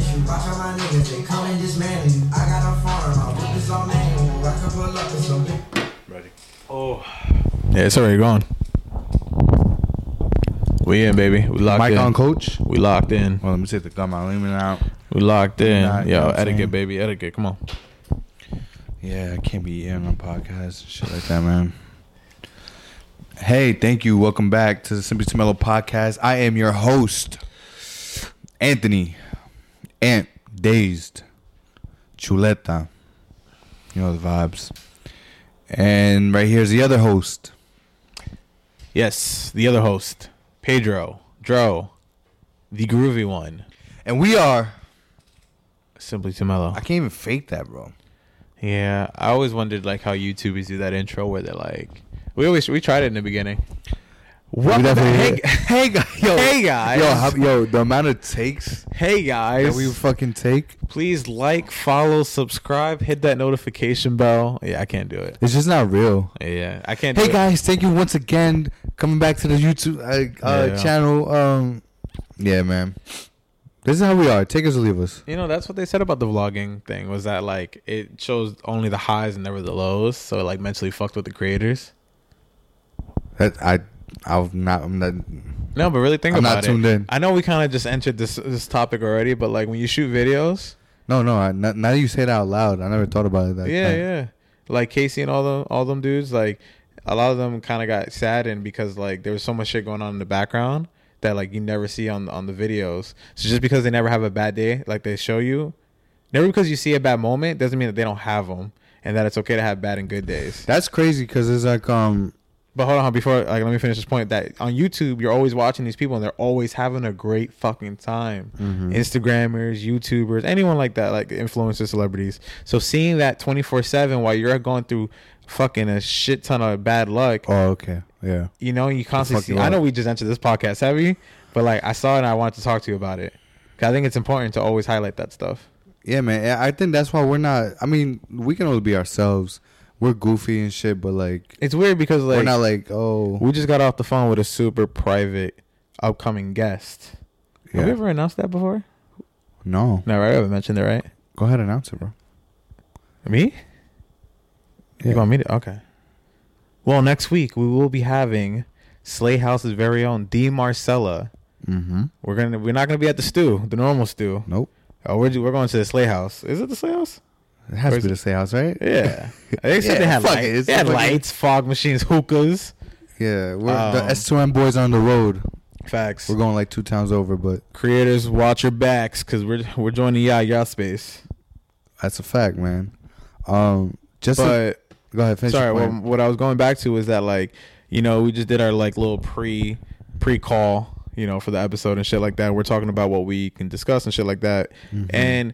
Watch out my niggas, they come and dismantle you. I got a farm, my whip is all manual. I can pull up with some big Ready. Oh, Yeah, it's already gone. We in, baby. We locked mic in. on, coach. We locked in. Well, let me take the gum out. Let me out. We locked in. Nah, you know Yo, what I'm etiquette, saying? baby. Etiquette. Come on. Yeah, I can't be eating on podcasts and shit like that, man. Hey, thank you. Welcome back to the Simply Smello podcast. I am your host, Anthony Ant Dazed Chuleta. You know the vibes. And right here's the other host. Yes, the other host, Pedro, Dro, the groovy one, And we are. Simply I Tomello. can't even fake that, bro. Yeah, I always wondered like how YouTubers do that intro where they're like, we always we tried it in the beginning. What? Hey, definitely- hey, gu- yo, Hey, guys. yo, how, yo, the amount of takes hey that guys, we fucking take, please like, follow, subscribe, hit that notification bell. Yeah, I can't do it. it's just not real. Yeah, I can't. Hey do it. guys, thank you once again coming back to the YouTube uh, uh, Yeah. channel. Um, yeah, man, this is how we are. Take us or leave us. You know, that's what they said about the vlogging thing was that like it shows only the highs and never the lows, so it, like mentally fucked with the creators. That I, I'm not. I'm not. No, but really think I'm not about it. tuned in. I know we kind of just entered this this topic already, but like when you shoot videos, No, no. I, not, now that you say it out loud, I never thought about it. That yeah, time. yeah, like Casey and all them all them dudes, like a lot of them kind of got saddened because like there was so much shit going on in the background that like you never see on on the videos. So just because they never have a bad day, like they show you, never because you see a bad moment doesn't mean that they don't have them. And that it's okay to have bad and good days. That's crazy because it's like um. But hold on, before like let me finish this point. That on YouTube, you're always watching these people, and they're always having a great fucking time. Mm-hmm. Instagrammers, YouTubers, anyone like that, like influencers, celebrities. So seeing that 24 seven while you're going through fucking a shit ton of bad luck, Oh, okay. Yeah. you know, you constantly fuck you see. I know up. we just entered this podcast heavy, but like I saw it, and I wanted to talk to you about it. 'Cause I think it's important to always highlight that stuff. Yeah, man. yeah, I think that's why we're not. I mean, we can only be ourselves. We're goofy and shit, but like, It's weird because like we're not like oh. we just got off the phone with a super private upcoming guest. Have we Yeah. ever announced that before? No, No, right? I haven't mentioned it, right? go ahead and announce it, bro. Me? Yeah. You want me to? Okay. Well, next week we will be having Slay House's very own D Marcella. Mm-hmm. We're gonna we're not gonna be at the stew, the normal stew. Nope. Oh, we're ju- we're going to the Slay House. Is it the Slay House? It has to Where's- be the Slay House, right? Yeah. They said they Yeah, had fuck lights. it, it's they had fucking- lights, fog machines, hookahs. Yeah, we're Um, the S2M boys on the road. Facts. We're going like two towns over, but Creators, watch your backs, cause we're we're joining y'all y'all space. that's a fact, man. Um, just to- But go ahead, finish. Sorry, your well, point. what I was going back to is that like, you know, we just did our like little pre pre call, you know, for the episode and shit like that. We're talking about what we can discuss and shit like that. Mm-hmm. And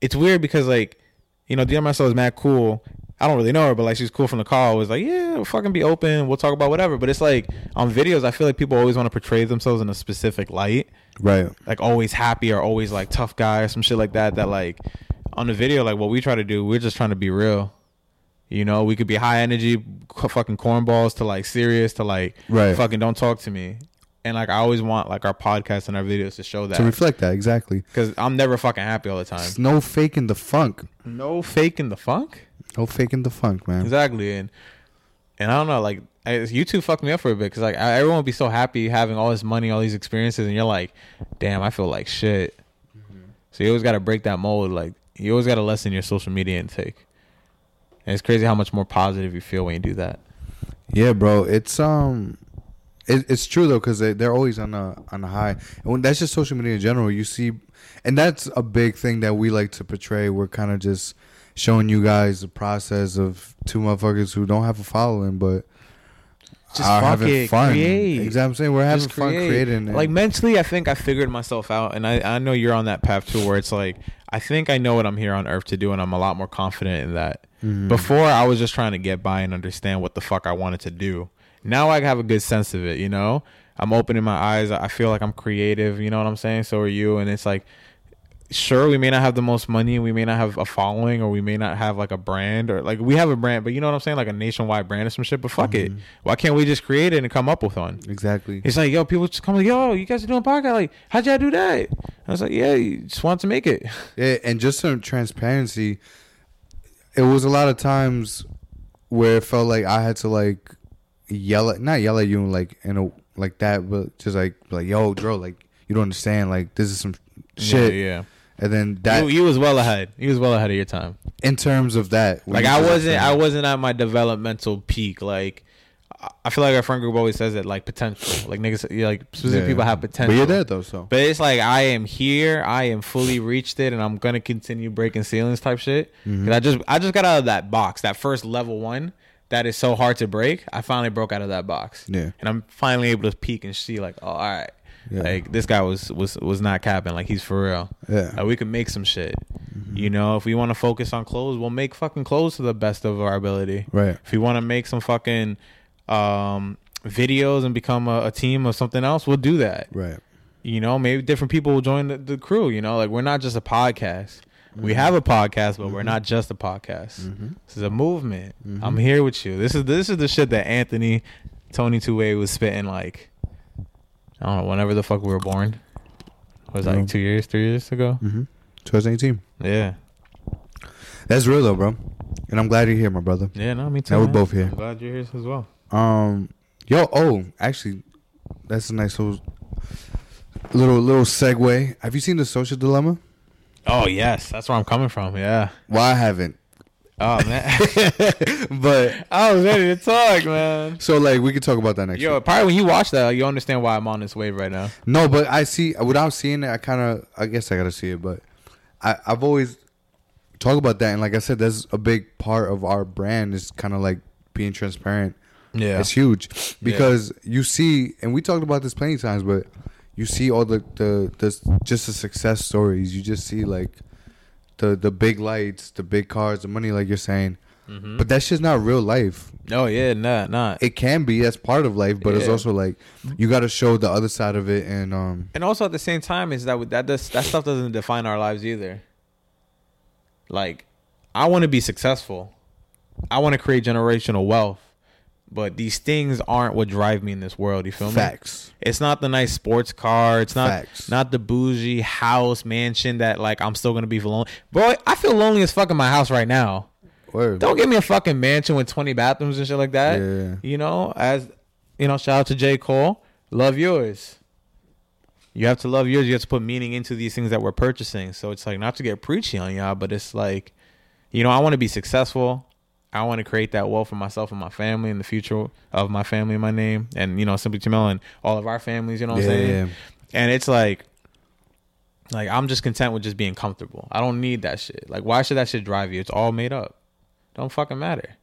it's weird because like, you know, DM myself is mad cool. I don't really know her, but like she's cool from the call. I was like, yeah, we'll fucking be open. We'll talk about whatever. But it's like on videos, I feel like people always want to portray themselves in a specific light right? like always happy or always like tough guy or some shit like that that like on the video like what we try to do we're just trying to be real you know we could be high energy c- fucking cornballs to like serious to like Right. fucking don't talk to me and like i always want like our podcast and our videos to show To that reflect that exactly. because i'm never fucking happy all the time It's no faking the funk. no faking the funk No faking the funk, man. exactly and and i don't know like I, youtube fucked me up for a bit because like I, everyone would be so happy having all this money all these experiences and you're like damn i feel like shit so you always got to break that mold like you always got to lessen your social media intake and it's crazy how much more positive you feel when you do that Yeah, bro. It's um, it, it's true though, because they, they're always on a on a high, and when, that's just social media in general. You see, and that's a big thing that we like to portray. We're kind of just showing you guys the process of two motherfuckers who don't have a following, but Just are fuck having it, fun. create. Exactly, I'm saying we're having Just fun create. creating. it. Like mentally, I think I figured myself out, and I, I know you're on that path too, where it's like I think I know what I'm here on earth to do, and I'm a lot more confident in that. Mm-hmm. Before, I was just trying to get by and understand what the fuck I wanted to do. Now I have a good sense of it. You know, I'm opening my eyes. I feel like I'm creative. You know what I'm saying? So are you, and it's like sure we may not have the most money and we may not have a following or we may not have like a brand or like we have a brand but you know what i'm saying like a nationwide brand or some shit but fuck Mm-hmm. it why can't we just create it and come up with one Exactly. it's like yo people just come like yo you guys are doing a podcast like how'd y'all do that i was like yeah you just want to make it Yeah, and just some transparency. It was a lot of times where it felt like I had to like yell at not yell at you like in a like that, but just like like yo, Dro, like you don't understand. Like this is some shit. yeah, yeah. And then that you, you was well ahead you was well ahead of your time in terms of that, like I wasn't I wasn't at my developmental peak. Like I- I feel like our friend group always says it like potential. Like niggas yeah, like specific people have potential. But you're there though, so But it's like I am here, I am fully reached it, and I'm gonna continue breaking ceilings type shit. Mm-hmm. 'Cause I just I just got out of that box, that first level one that is so hard to break. I finally broke out of that box. Yeah. And I'm finally able to peek and see like, oh all right. Yeah. Like this guy was was was not capping. Like he's for real. Yeah. Mm-hmm. Like, we can make some shit. You know, if we want to focus on clothes, we'll make fucking clothes to the best of our ability. Right. If we want to make some fucking um, videos and become a, a team of something else, we'll do that. right. You know, maybe different people will join the, the crew. You know, like we're not just a podcast. We have a podcast, but we're not just a podcast. This is a movement. I'm here with you. This is this is the shit that Anthony Tony Two was spitting like I don't know, whenever the fuck we were born. Was it, Yeah. like two years, three years ago. 2018. Yeah. That's real though, bro. And I'm glad you're here, my brother. Yeah, no, me too. Now we're man. both here. I'm glad you're here as well. Um, yo, oh, actually, that's a nice little little little segue. Have you seen the Social Dilemma? Oh yes, that's where I'm coming from. Yeah. Well, I haven't, Oh man, but I was ready to talk, man. so like we could talk about that next. Yo, week. probably when you watch that, you understand why I'm on this wave right now. no, but I see without seeing it, I kind of I guess I gotta see it, but I I've always talked about that, and like I said, that's a big part of our brand is kind of like being transparent. Yeah. It's huge because you see, and we talked about this plenty of times, but you see all the, the the just the success stories. You just see like the the big lights, the big cars, the money, like you're saying. Mm-hmm. But that's just not real life. Oh yeah, nah, nah. It can be that's part of life, but it's Yeah. also like you got to show the other side of it. And um, and also at the same time, is that with- that does, that stuff doesn't define our lives either. Like, I want to be successful. I want to create generational wealth, but these things aren't what drive me in this world. You feel me? facts, It's not the nice sports car. It's not Facts. not the bougie house mansion that like I'm still gonna be lonely. Bro, I feel lonely as fuck in my house right now. word. Don't give me a fucking mansion with 20 bathrooms and shit like that. Yeah. You know, as you know, shout out to J Cole. Love yours. You have to love yours. You have to put meaning into these things that we're purchasing. So it's like not to get preachy on y'all, but it's like, you know, I want to be successful. I want to create that wealth for myself and my family and the future of my family, and my name, and you know, simply Jamel and all of our families. You know what Yeah, I'm saying? yeah. And it's like, like I'm just content with just being comfortable. I don't need that shit. Like, why should that shit drive you? It's all made up. Don't fucking matter.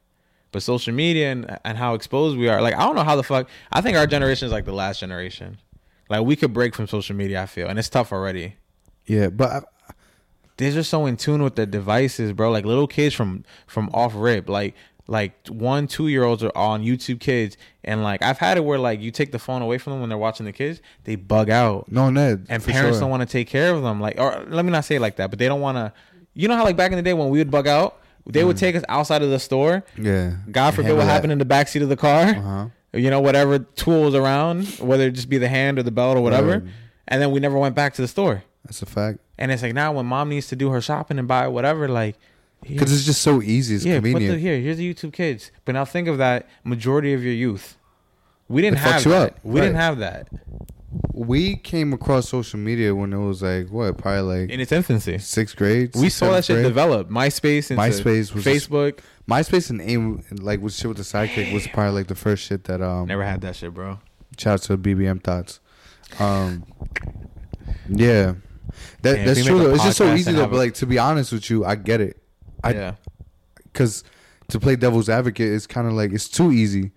But social media and and how exposed we are, like I don't know how the fuck. I think our generation is like the last generation. Like we could break from social media. I feel, and it's tough already. yeah, but I, They're just so in tune with their devices, bro. Like little kids from from off rip, like like one two year olds are on YouTube Kids, and like I've had it where like you take the phone away from them when they're watching the kids, they bug out no, Ned, and for parents sure. don't want to take care of them. Like, or let me not say it like that, but they don't want to. You know how like back in the day when we would bug out, they would take us outside of the store. Mm. Yeah, God forbid what happened in the back seat of the car. Uh-huh. You know, whatever tool was around, whether it just be the hand or the belt or whatever, Right. and then we never went back to the store. That's a fact And it's like now when mom needs to do her shopping and buy whatever, like. here- because it's just so easy. It's yeah, Put the, convenient. here, here's the YouTube kids. But now think of that majority of your youth. We didn't It fucks have you that. up. We didn't Right. have that we came across social media when it was like what, probably like in its infancy. sixth grade. We saw that seventh shit grade? develop. MySpace, into MySpace was- Facebook. MySpace and AIM, like with shit with the sidekick, was probably like the first shit that um. Never had that shit, bro. Shout out to BBM thoughts. Um, yeah, that, Yeah, if that's we true make a though. It's just podcast so and easy though. have But a- like to be honest with you, I get it. I yeah, because to play devil's advocate, it's kind of like it's too easy.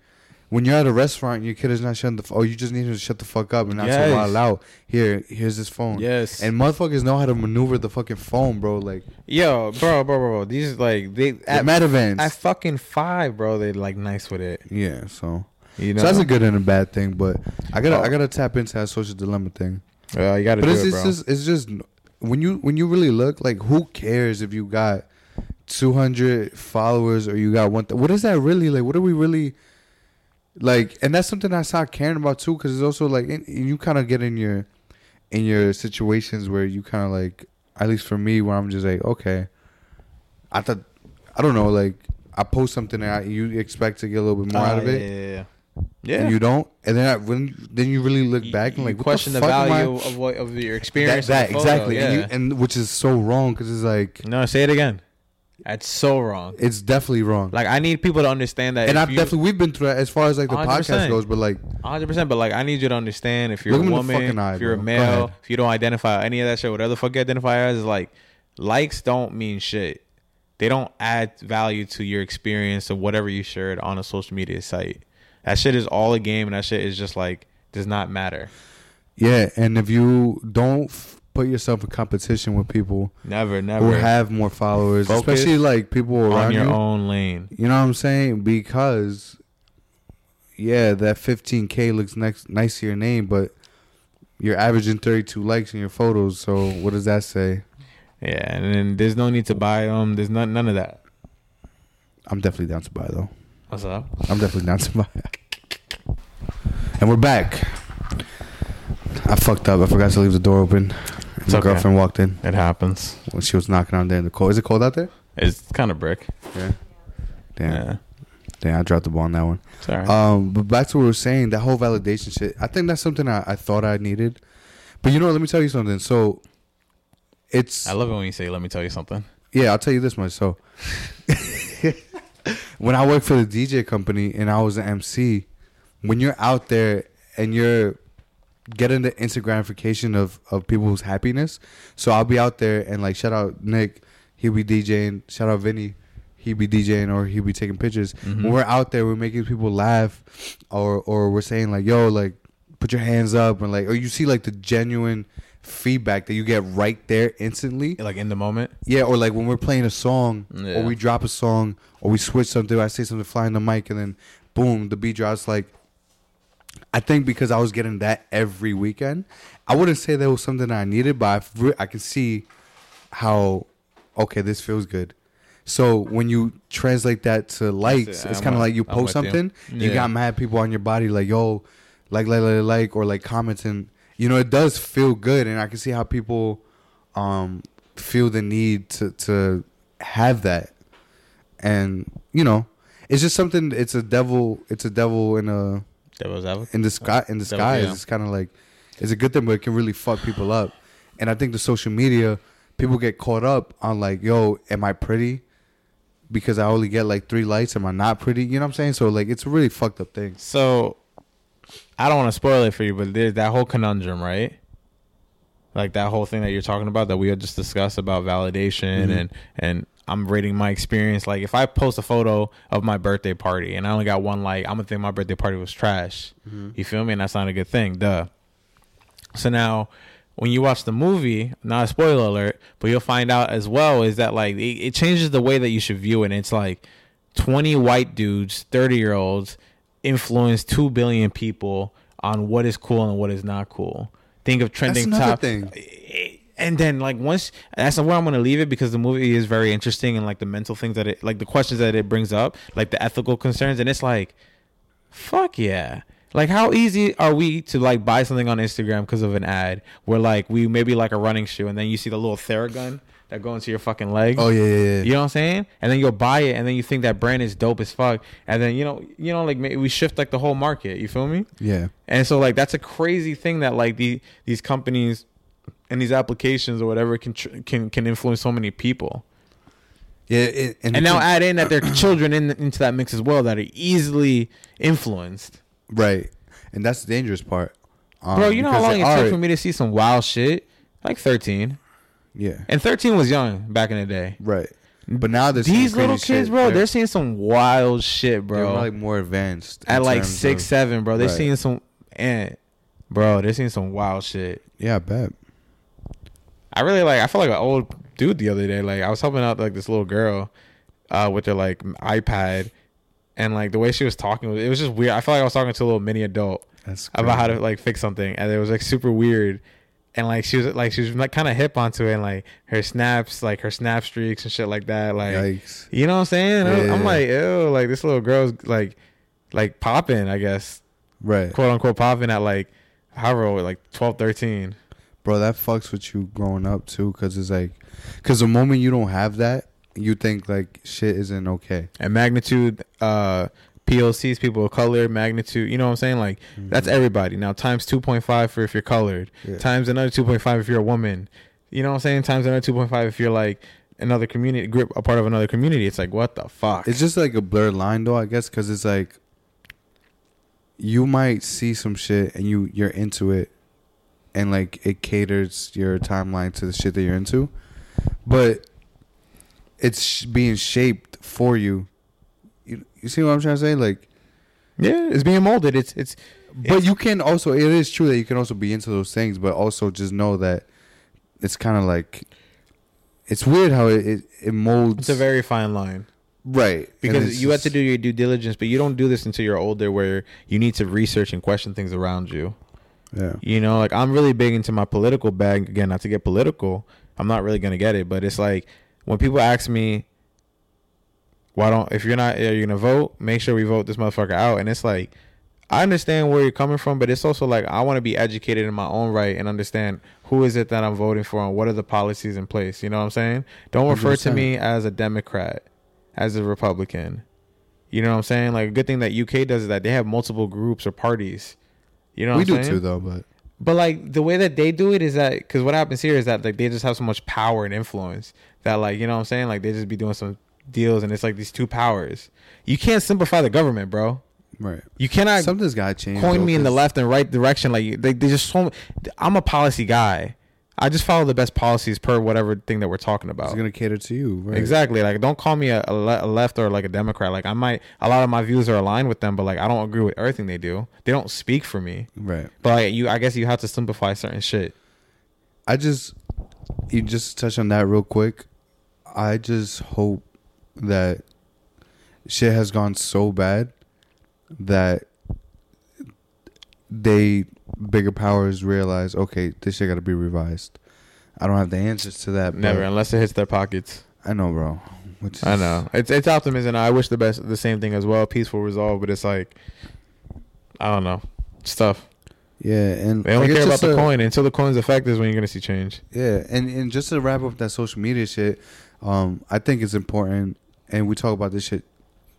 When you're at a restaurant, and your kid is not shutting the. F- oh, you just need him to shut the fuck up and not Yes. to wild out. Here, here's his phone. Yes. and motherfuckers know how to maneuver the fucking phone, bro. Like yo, bro, bro, bro, bro. These like they at at, Mad events. at fucking five, bro. They like nice with it. yeah, so. You know, So that's a good and a bad thing, but I gotta Oh. I gotta tap into that social dilemma thing. Uh, you gotta But do it's, it, it's bro. just it's just when you when you really look, like who cares if you got two hundred followers or you got one? Th- what is that really like? What are we really like? And that's something I saw caring about too, because it's also like and and you kind of get in your in your situations where you kind of like, at least for me, where I'm just like, okay, I thought, I don't know, like I post something and I, you expect to get a little bit more out of it. Uh, Yeah, And you don't, and then I, when then you really look back and like like what question the, fuck am I- value of what of your that- experience. in that the photo, exactly, Yeah. and, you, and which is so wrong because it's like no, say it again. That's so wrong. it's definitely wrong. Like I need people to understand that. and if I've you- definitely we've been through that as far as like the 100%. podcast goes, but like 100. percent But like I need you to understand if you're Look a him in the woman, fucking eye, if you're a bro. Go male, ahead. if you don't identify any of that shit, whatever the fuck you identify as, is like likes don't mean shit. They don't add value to your experience of whatever you shared on a social media site. That shit is all a game, and that shit is just like does not matter. yeah, and if you don't f- put yourself in competition with people Never, who never have more followers, Focus especially like people on around your you, own lane. you know what I'm saying? Because yeah, that 15k looks next nice to your name, but you're averaging 32 likes in your photos, so what does that say? Yeah, and then there's no need to buy them. There's not none of that. I'm definitely down to buy though. What's up? I'm definitely down to buy. And we're back. I fucked up. I forgot to leave the door open. It's My okay. girlfriend walked in It happens. when she was knocking on there in the cold. Is it cold out there? It's kind of brick. Yeah. Damn. Yeah, Damn, I dropped the ball on that one. it's alright. Um, but back to what we were saying, that whole validation shit. I think that's something I, I thought I needed. But you know, let me tell you something. So it's I love it when you say, "Let me tell you something." Yeah, I'll tell you this much. So, when I worked for the DJ company and I was an MC, when you're out there and you're getting the instant gratification of of people's happiness, so I'll be out there and like shout out Nick, he'll be DJing. Shout out Vinny, he be DJing or he'll be taking pictures. When we're out there, we're making people laugh, or or we're saying like, yo, like put your hands up and like, or you see like the genuine feedback that you get right there instantly. Like in the moment. Yeah, or like when we're playing a song, Yeah. or we drop a song, or we switch something. I say something, fly in the mic, and then boom, the beat drops. Like, I think because I was getting that every weekend, I wouldn't say that was something I needed, but I, fr- I can see how okay this feels good. So when you translate that to it. likes, it's I'm kind of with- like you I'm post with you. something, you Yeah. got mad people on your body like yo, like like like like or like comments, and you know it does feel good, and I can see how people um feel the need to to have that and you know it's just something it's a devil it's a devil in a That was that. in the sky in disguise yeah. it's kind of like it's a good thing but it can really fuck people up and i think the social media people get caught up on like yo am i pretty because i only get like three likes am i not pretty you know what i'm saying so like it's a really fucked up thing So, I don't want to spoil it for you, but there's that whole conundrum, right? Like that whole thing that you're talking about that we had just discussed about validation and and I'm rating my experience. Like if I post a photo of my birthday party and I only got one like, I'm gonna think my birthday party was trash. You feel me? And that's not a good thing. Duh. So now, when you watch the movie, not a spoiler alert, but you'll find out as well is that like it, it changes the way that you should view it. It's like twenty white dudes, thirty year olds, influence two billion people on what is cool and what is not cool. Think of trending another top thing. and then like once that's where I'm gonna leave it because the movie is very interesting and like the mental things that it like the questions that it brings up, like the ethical concerns, and it's like, fuck yeah. Like how easy are we to like buy something on Instagram because of an ad where like we maybe like a running shoe and then you see the little Theragun that go into your fucking leg. oh yeah yeah yeah You know what I'm saying? And then you'll buy it, and then you think that brand is dope as fuck, and then you know, you know, like maybe we shift like the whole market. You feel me? yeah And so like that's a crazy thing that like the these companies and these applications or whatever can tr- can can influence so many people. yeah it, and, And it's now a- add in that there are children in, into that mix as well that are easily influenced. right and that's the dangerous part um, Bro, you know how because long they it took are- for me to see some wild shit? Like 13. yeah And 13 was young back in the day. right but now there's These little kids, bro, they're seeing some wild shit, they're bro. like more advanced in At like terms of- six, seven, bro. They're Right. seeing some and bro, they're seeing some wild shit. yeah i bet I really like. I felt like an old dude the other day. Like I was helping out like this little girl uh, with her like iPad, and like the way she was talking, was- it was just weird. I felt like I was talking to a little mini adult That's about crazy. how to like fix something, and it was like super weird. and like she was like she was like kind of hip onto it, and like her snaps, like her snap streaks and shit like that. Like Yikes. you know what I'm saying? I'm- Yeah. I'm like, ew, like this little girl's like like popping, I guess, Right. quote unquote popping at like however old, like 12, 13. Bro, that fucks with you growing up too, cause it's like, cause the moment you don't have that, you think like shit isn't okay. and magnitude uh POCs, people of color, magnitude, you know what I'm saying? Like that's everybody. Now times 2.5 for if you're colored, Mm-hmm. Yeah. times another 2.5 if you're a woman. You know what I'm saying? Times another 2.5 if you're like another community group, a part of another community. It's like what the fuck? It's just like a blurred line though, I guess, cause it's like, you might see some shit and you you're into it, and like it caters your timeline to the shit that you're into, but it's sh- being shaped for you. You you see what I'm trying to say? Like, yeah, it's being molded. It's it's But you can also it is true that you can also be into those things, but also just know that it's kind of like it's weird how it it, it it's molds. a very fine line. right and Because it's you have to just- do your due diligence, but you don't do this until you're older where you need to research and question things around you. yeah You know, like I'm really big into my political bag again, not to get political. I'm not really gonna get it, but it's like when people ask me, "Why don't if you're not are you gonna vote? Make sure we vote this motherfucker out." And it's like I understand where you're coming from, but it's also like I want to be educated in my own right and understand who is it that I'm voting for and what are the policies in place. You know what I'm saying? Don't refer to 100%. me as a Democrat, as a Republican. You know what I'm saying? Like a good thing that UK does is that they have multiple groups or parties. You know what we I'm do saying? too though, but But like the way that they do it is that because what happens here is that like they just have so much power and influence that like you know what I'm saying like they just be doing some deals and it's like these two powers. You can't simplify the government, bro. right You cannot something's got to change. coin though, me in the 'cause- left and right direction. Like you- they, they just so. I'm a policy guy. I just follow the best policies per whatever thing that we're talking about. It's gonna cater to you. Right? Exactly. Like, don't call me a, a, le- a left or like a Democrat. Like, I might a lot of my views are aligned with them, but like I don't agree with everything they do. They don't speak for me. Right. But like, you, I guess you have to simplify certain shit. I just you just touch on that real quick. I just hope that shit has gone so bad that they bigger powers realize, okay, this shit got to be revised. I don't have the answers to that. but- Never, unless it hits their pockets. I know, bro. Which I know it's it's optimism. I wish the best, the same thing as well. Peaceful resolve, but it's like I don't know stuff. Yeah, and They only like, it's care about just the a- coin until the coin's effect is when you're gonna see change. Yeah, and and just to wrap up that social media shit, um, I think it's important, and we talk about this shit,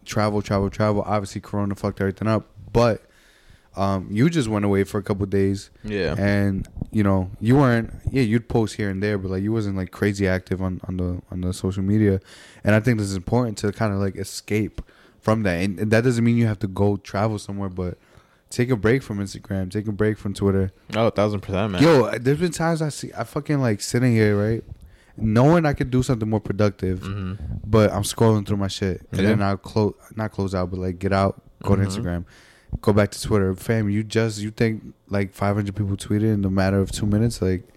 travel, travel, travel. Obviously, Corona fucked everything up, but um, you just went away for a couple days, Yeah, and you know you weren't. Yeah, you'd post here and there, but like you wasn't like crazy active on on the on the social media, and I think this is important to kind of like escape from that, and, and that doesn't mean you have to go travel somewhere, but take a break from Instagram, take a break from Twitter. oh, a thousand percent, man. Yo, there's been times I see I fucking like sitting here, right? Knowing I could do something more productive, but I'm scrolling through my shit. Mm-hmm. And Yeah. Mm-hmm. then I'll close not close out, but like get out, go to Instagram, go back to Twitter. Fam, you just you think like five hundred people tweeted in a matter of two minutes, like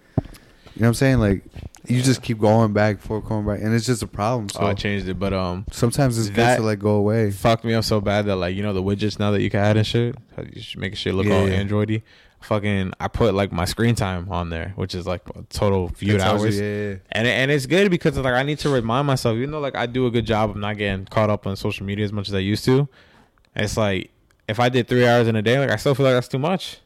you know what I'm saying? Like you just keep going back forth, going back and it's just a problem. So oh, I changed it, but um, sometimes it's That- good to like go away. fucked me up so bad that like you know the widgets now that you can add and shit, how you should make shit look Yeah, all yeah. Androidy. Fucking, I put like my screen time on there, which is like total viewed That tells you, hours. yeah, yeah. and and it's good because like I need to remind myself, even though like I do a good job of not getting caught up on social media as much as I used to. It's like if I did three hours in a day, like I still feel like that's too much.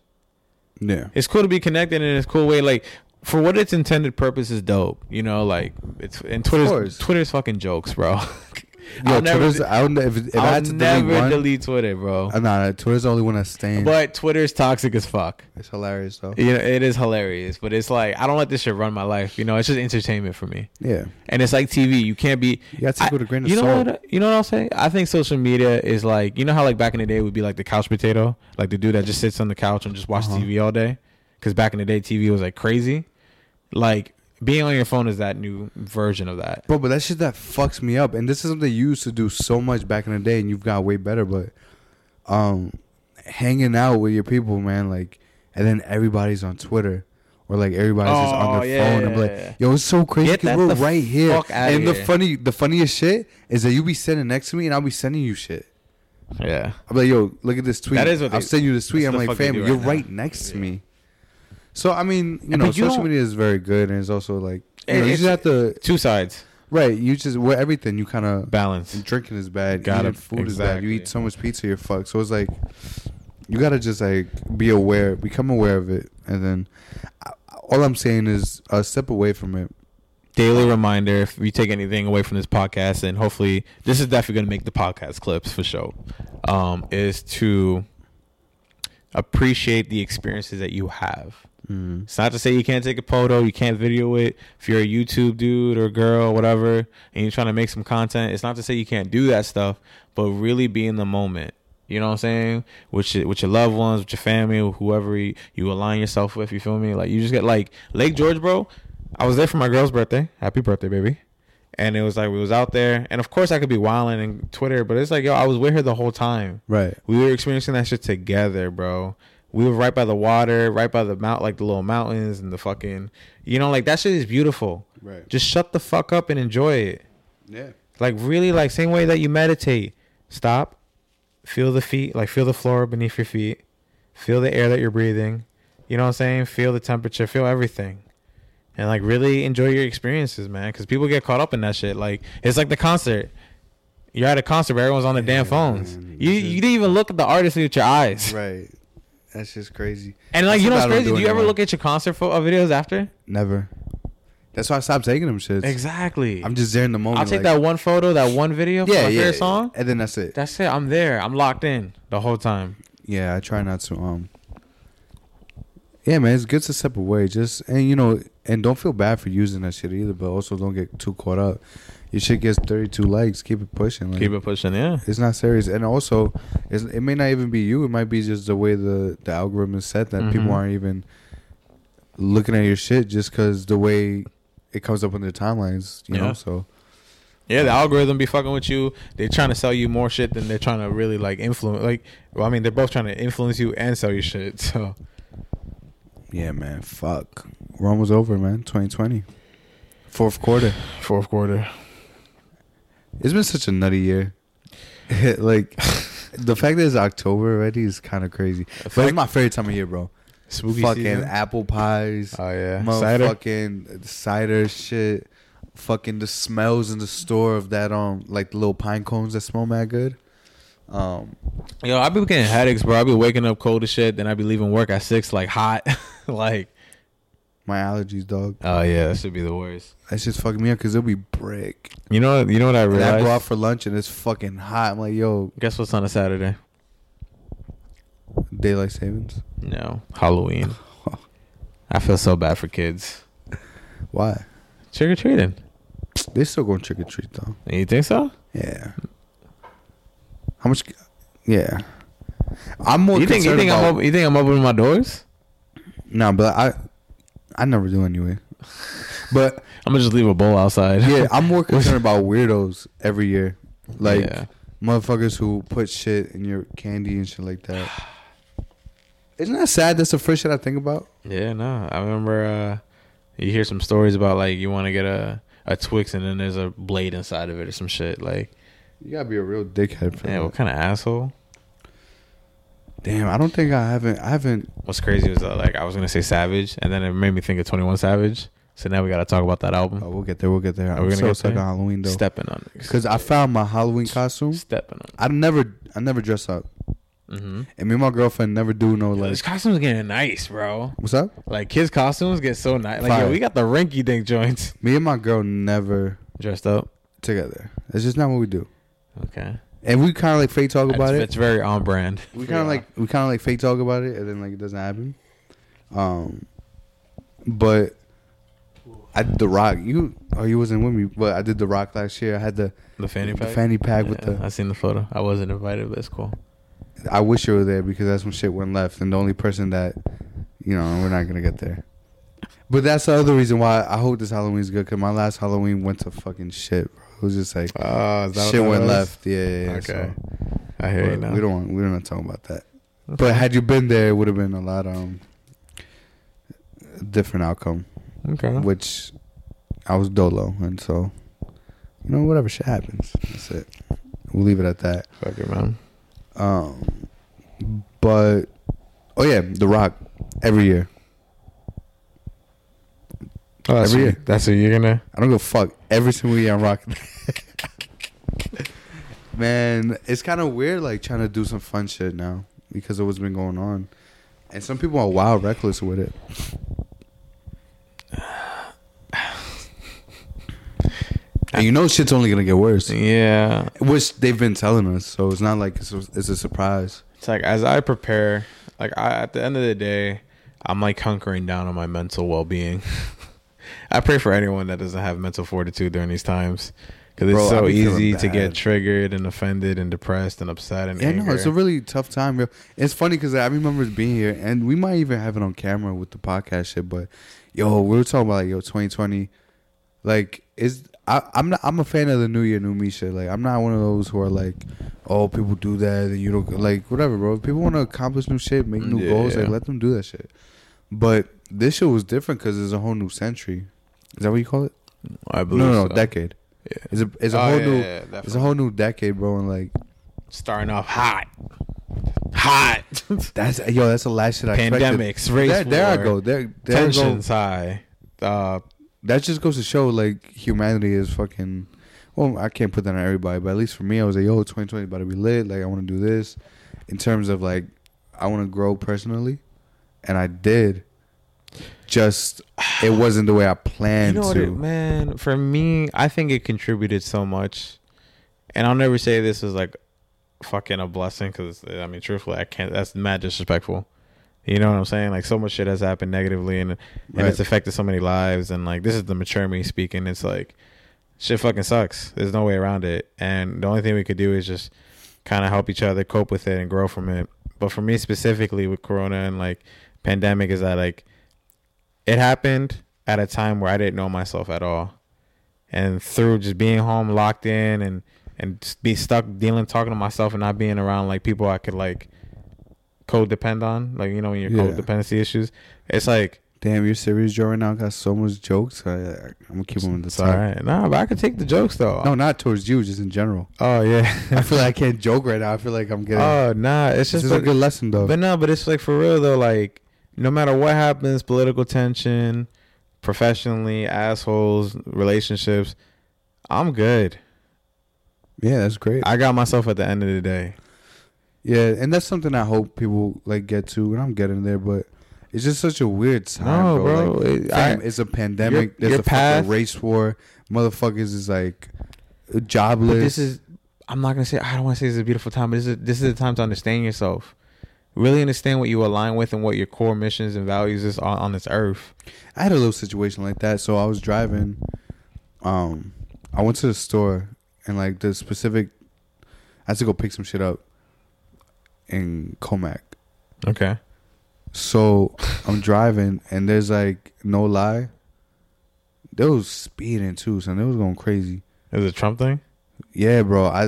Yeah. It's cool to be connected in this cool way, like for what its intended purpose is dope. You know, like it's and Twitter's course. Twitter's fucking jokes, bro. Yo, I'll never, Twitter's I don't if, if I I'll had to delete never one, delete Twitter, bro. uh, nah, nah, Twitter's the only one that's staying. But Twitter's toxic as fuck. it's hilarious though. You know, it is hilarious, but it's like I don't let this shit run my life. You know, it's just entertainment for me. Yeah. And it's like TV. You can't be. You gotta take it with a grain of you know salt. What, uh, you know what I'll say? I think social media is like you know how like back in the day would be like the couch potato, like the dude that just sits on the couch and just watch Uh-huh. TV all day. Because back in the day, TV was like crazy. Like being on your phone is that new version of that. Bro, but that shit that fucks me up. And this is something you used to do so much back in the day, and you've got way better. But um, hanging out with your people, man, like, and then everybody's on Twitter. Or like everybody's just on Oh, their yeah, phone yeah, and be like, yeah. "Yo, it's so crazy Get 'cause that we're the right here." fuck outta and the here. funny, the funniest shit is that you be sitting next to me and I'll be sending you shit. Yeah. I'm like, "Yo, look at this tweet." That is what I'll they- send you this tweet. that's I'm the fuck like, they "Fam, do you're right now." right next to me." So I mean, you know, but you social don't- media is very good, and it's also like you, It- know, you it's- just have to Two sides. right. You just with everything you kind of Balance. and drinking is bad. Gotta- eating food is bad. You exactly. eat so much pizza, you're fucked. So it's like you gotta just like be aware, become aware of it, and then I- all I'm saying is uh, step away from it. Daily reminder if you take anything away from this podcast, and hopefully this is definitely going to make the podcast clips for sure, um, is to appreciate the experiences that you have. Mm-hmm. It's not to say you can't take a photo, you can't video it. If you're a YouTube dude or girl, whatever, and you're trying to make some content, it's not to say you can't do that stuff, but really be in the moment. You know what I'm saying? With your, with your loved ones, with your family, with whoever you, you align yourself with. You feel me? Like you just get like Lake George, bro. I was there for my girl's birthday. Happy birthday, baby. And it was like we was out there, and of course I could be wilding and Twitter, but it's like yo, I was with her the whole time. Right. We were experiencing that shit together, bro. We were right by the water, right by the mount, like the little mountains and the fucking, you know, like that shit is beautiful. Right. Just shut the fuck up and enjoy it. Yeah. Like really, like same way that you meditate. Stop, feel the feet, like feel the floor beneath your feet, feel the air that you're breathing. You know what I'm saying? Feel the temperature, feel everything, and like really enjoy your experiences, man. Because people get caught up in that shit. Like it's like the concert. You're at a concert, but everyone's on their damn phones. man. You you didn't even look at the artist with your eyes. Right. That's just crazy. And like That's you know what what's I don't crazy? do Do you ever anymore. look at your concert photo videos after? Never. That's why I stopped taking them shits. Exactly. I'm just there in the moment. I'll take like- that one photo, that one video for Yeah, my yeah. favorite song. And then that's it. That's it. I'm there. I'm locked in the whole time. yeah, I try not to. Um. Yeah, man, it's good to step away. Just and you know, and don't feel bad for using that shit either. But also, don't get too caught up. Your shit gets thirty-two likes. Keep it pushing. Like, Keep it pushing. Yeah. It's not serious, and also, it's, it may not even be you. It might be just the way the the algorithm is set that Mhm. people aren't even looking at your shit just because the way it comes up on their timelines. You Yeah. know, so Yeah. The algorithm be fucking with you. They're trying to sell you more shit than they're trying to really like influence. Like, well, I mean, they're both trying to influence you and sell you shit. So yeah, man, fuck, we're almost over, man. Twenty twenty, fourth quarter. fourth quarter. It's been such a nutty year. like the fact that it's October already is kind of crazy. But it's my favorite time of year, bro. Spooky fucking season. apple pies, Oh yeah. Cider. motherfucking cider. shit, fucking the smells in the store of that um like the little pine cones that smell mad good. Um, Yo, I be getting headaches, bro. I be waking up cold as shit. Then I be leaving work at six, like hot. like. my allergies, dog. Oh yeah, that should be the worst. That shit's fucking me up because it'll be brick. You know. You know what I And I realized. go out for lunch and it's fucking hot. I'm like, yo, Guess what's on a Saturday? daylight savings. No, Halloween. I feel so bad for kids. Why? Trick or treating. They still going trick or treat though. You think so? Yeah. How much? Yeah. I'm more. you think you concerned think about- I'm op- you think I'm opening my doors? No, but I I never do anyway. But I'm gonna just leave a bowl outside. yeah, I'm more concerned about weirdos every year. Like Yeah. motherfuckers who put shit in your candy and shit like that. Isn't that sad? That's the first shit I think about. yeah, no. I remember uh, you hear some stories about like you want to get a a Twix and then there's a blade inside of it or some shit. Like, You gotta be a real dickhead for yeah, that. what kind of asshole? Damn, I don't think I haven't I haven't What's crazy was that like I was gonna say Savage and then it made me think of Twenty One Savage. So now we gotta talk about that album. oh, we'll get there, we'll get there. Are I'm we gonna so get stuck there? on Halloween though. Stepping on it. Cause I found my Halloween costume. stepping on. I never I never dress up. It. Mm-hmm. And me and my girlfriend never do no like These costumes getting nice, bro. what's up? Like kids' costumes get so nice. Like Fire. yo, we got the rinky dink joints Me and my girl never dressed up. together. It's just not what we do. Okay. And we kind of like fake talk about it's, it. It's very on brand. We kind of like we kind of like fake talk about it, and then like it doesn't happen. Um, but I did the rock. You oh you wasn't with me, but I did the rock last year. I had the the fanny the pack. fanny pack with Yeah, I the. seen the photo. I wasn't invited, but it's cool. I wish you were there because that's when shit went left, and the only person that, you know, we're not gonna get there. But that's the other reason why I hope this Halloween's good. Cause my last Halloween went to fucking shit. Bro. It was just like Oh, shit went left. Yeah, yeah, yeah. Okay. So- I hear you But now. We don't want, we're not talking about that. But had you been there, it would have been a lot um different outcome. Okay. Which I was dolo, and so you know whatever shit happens, that's it. We'll leave it at that. Fuck it, man. Um, but oh yeah, The Rock every year. Oh, that's Every what- year. That's what you're gonna. I don't go fuck. Every single year I'm rocking. Man, it's kind of weird, like trying to do some fun shit now because of what's been going on, and some people are wild, reckless with it. And you know shit's only gonna get worse, Yeah. which they've been telling us. So it's not like it's a, it's a surprise. It's like as I prepare, like I at the end of the day, I'm like hunkering down on my mental well being. I pray for anyone that doesn't have mental fortitude during these times because Bro, it's I so be feeling easy to bad. get triggered and offended and depressed and upset and Yeah, angry. no, it's a really tough time. yo. It's funny because I remember being here, and we might even have it on camera with the podcast shit. But yo, we were talking about like yo, 2020. Like, is I, I'm not, I'm a fan of the New Year, New Me shit. Like, I'm not one of those who are like, oh, people do that, and you don't like whatever, bro. If people want to accomplish new shit, make new Yeah, goals, yeah. like let them do that shit. But this shit was different because it's a whole new century. Is that what you call it? I No, believe no, no, so. decade. Yeah. It's a it's a Oh, whole yeah, new yeah, yeah, it's a definitely. whole new decade, bro. And like starting off hot, hot That's yo. That's the last shit I expected. pandemics, race There, there I war, go. There, there I go. tensions high. Uh, That just goes to show like humanity is fucking. Well, I can't put that on everybody, but at least for me, I was like, yo, 2020 about to be lit. Like, I want to do this. In terms of like, I want to grow personally, and I did. Just it wasn't the way I planned you know what, to. it, man? For me, I think it contributed so much, and I'll never say this is like fucking a blessing because I mean, truthfully, I can't. That's mad disrespectful. You know what I'm saying? Like so much shit has happened negatively, and Right. and it's affected so many lives. And like this is the mature me speaking. It's like shit fucking sucks. There's no way around it. And the only thing we could do is just kind of help each other cope with it and grow from it. But for me specifically with Corona and like pandemic is that like it happened at a time where I didn't know myself at all, and through just being home locked in and and just be stuck dealing talking to myself and not being around like people I could like codepend on, like you know when your Yeah. codependency issues. It's like Damn, your series Joe right now got so much jokes. I, I'm gonna keep them in the it's all top. right, nah, but I could take the jokes though. No, not towards you, just in general. Oh yeah. I feel like I can't joke right now. I feel like I'm getting. oh nah, it's this just is like, a good lesson though. But no, but it's like for real though, like no matter what happens, political tension, professionally, assholes, relationships, I'm good. yeah, that's great. I got myself at the end of the day. Yeah, and that's something I hope people like get to, and I'm getting there, but it's just such a weird time, No, bro. bro, Like, it- fam, I- it's a pandemic. your- There's your a path- fucking race war. Motherfuckers is like But jobless. this is I'm not gonna say I don't wanna say this is a beautiful time, but this is this is the time to understand yourself. Really understand what you align with and what your core missions and values is on, on this earth. I had a little situation like that. So I was driving. Um, I went to the store and like the specific. I had to go pick some shit up in Comac. Okay. So I'm driving, and there's like no lie. They was speeding too, son. They was going crazy. Is it Trump thing? Yeah, bro. I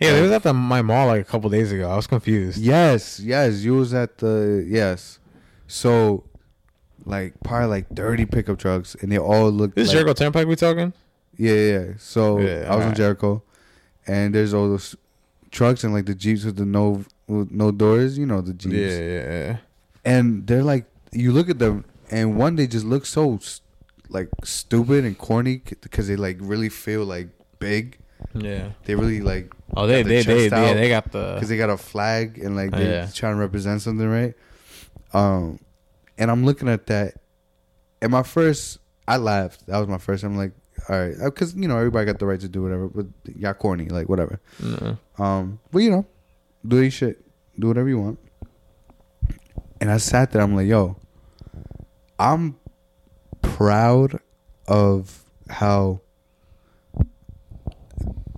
Yeah, they was at the, my mall like a couple days ago. I was confused. yes, yes. You was at the yes. So, like probably like thirty pickup trucks, and they all looked. This like, Jericho Turnpike we talking? Yeah, yeah. yeah. So Yeah, I was in alright. Jericho, and there's all those trucks and like the jeeps with the no with no doors. You know the jeeps. Yeah, yeah, yeah. and they're like you look at them and one they just look so s- like stupid and corny because they like really feel like big Yeah. they really like Oh, they Got they their they, chest out. yeah, they got because the they got a flag and like they're Uh. Yeah. trying to represent something right um and i'm looking at that and my first i laughed that was my first i'm like all right because you know everybody got the right to do whatever but y'all corny like whatever Mm. Um, but you know, do your shit, do whatever you want. And I sat there. I'm like, yo, I'm proud of how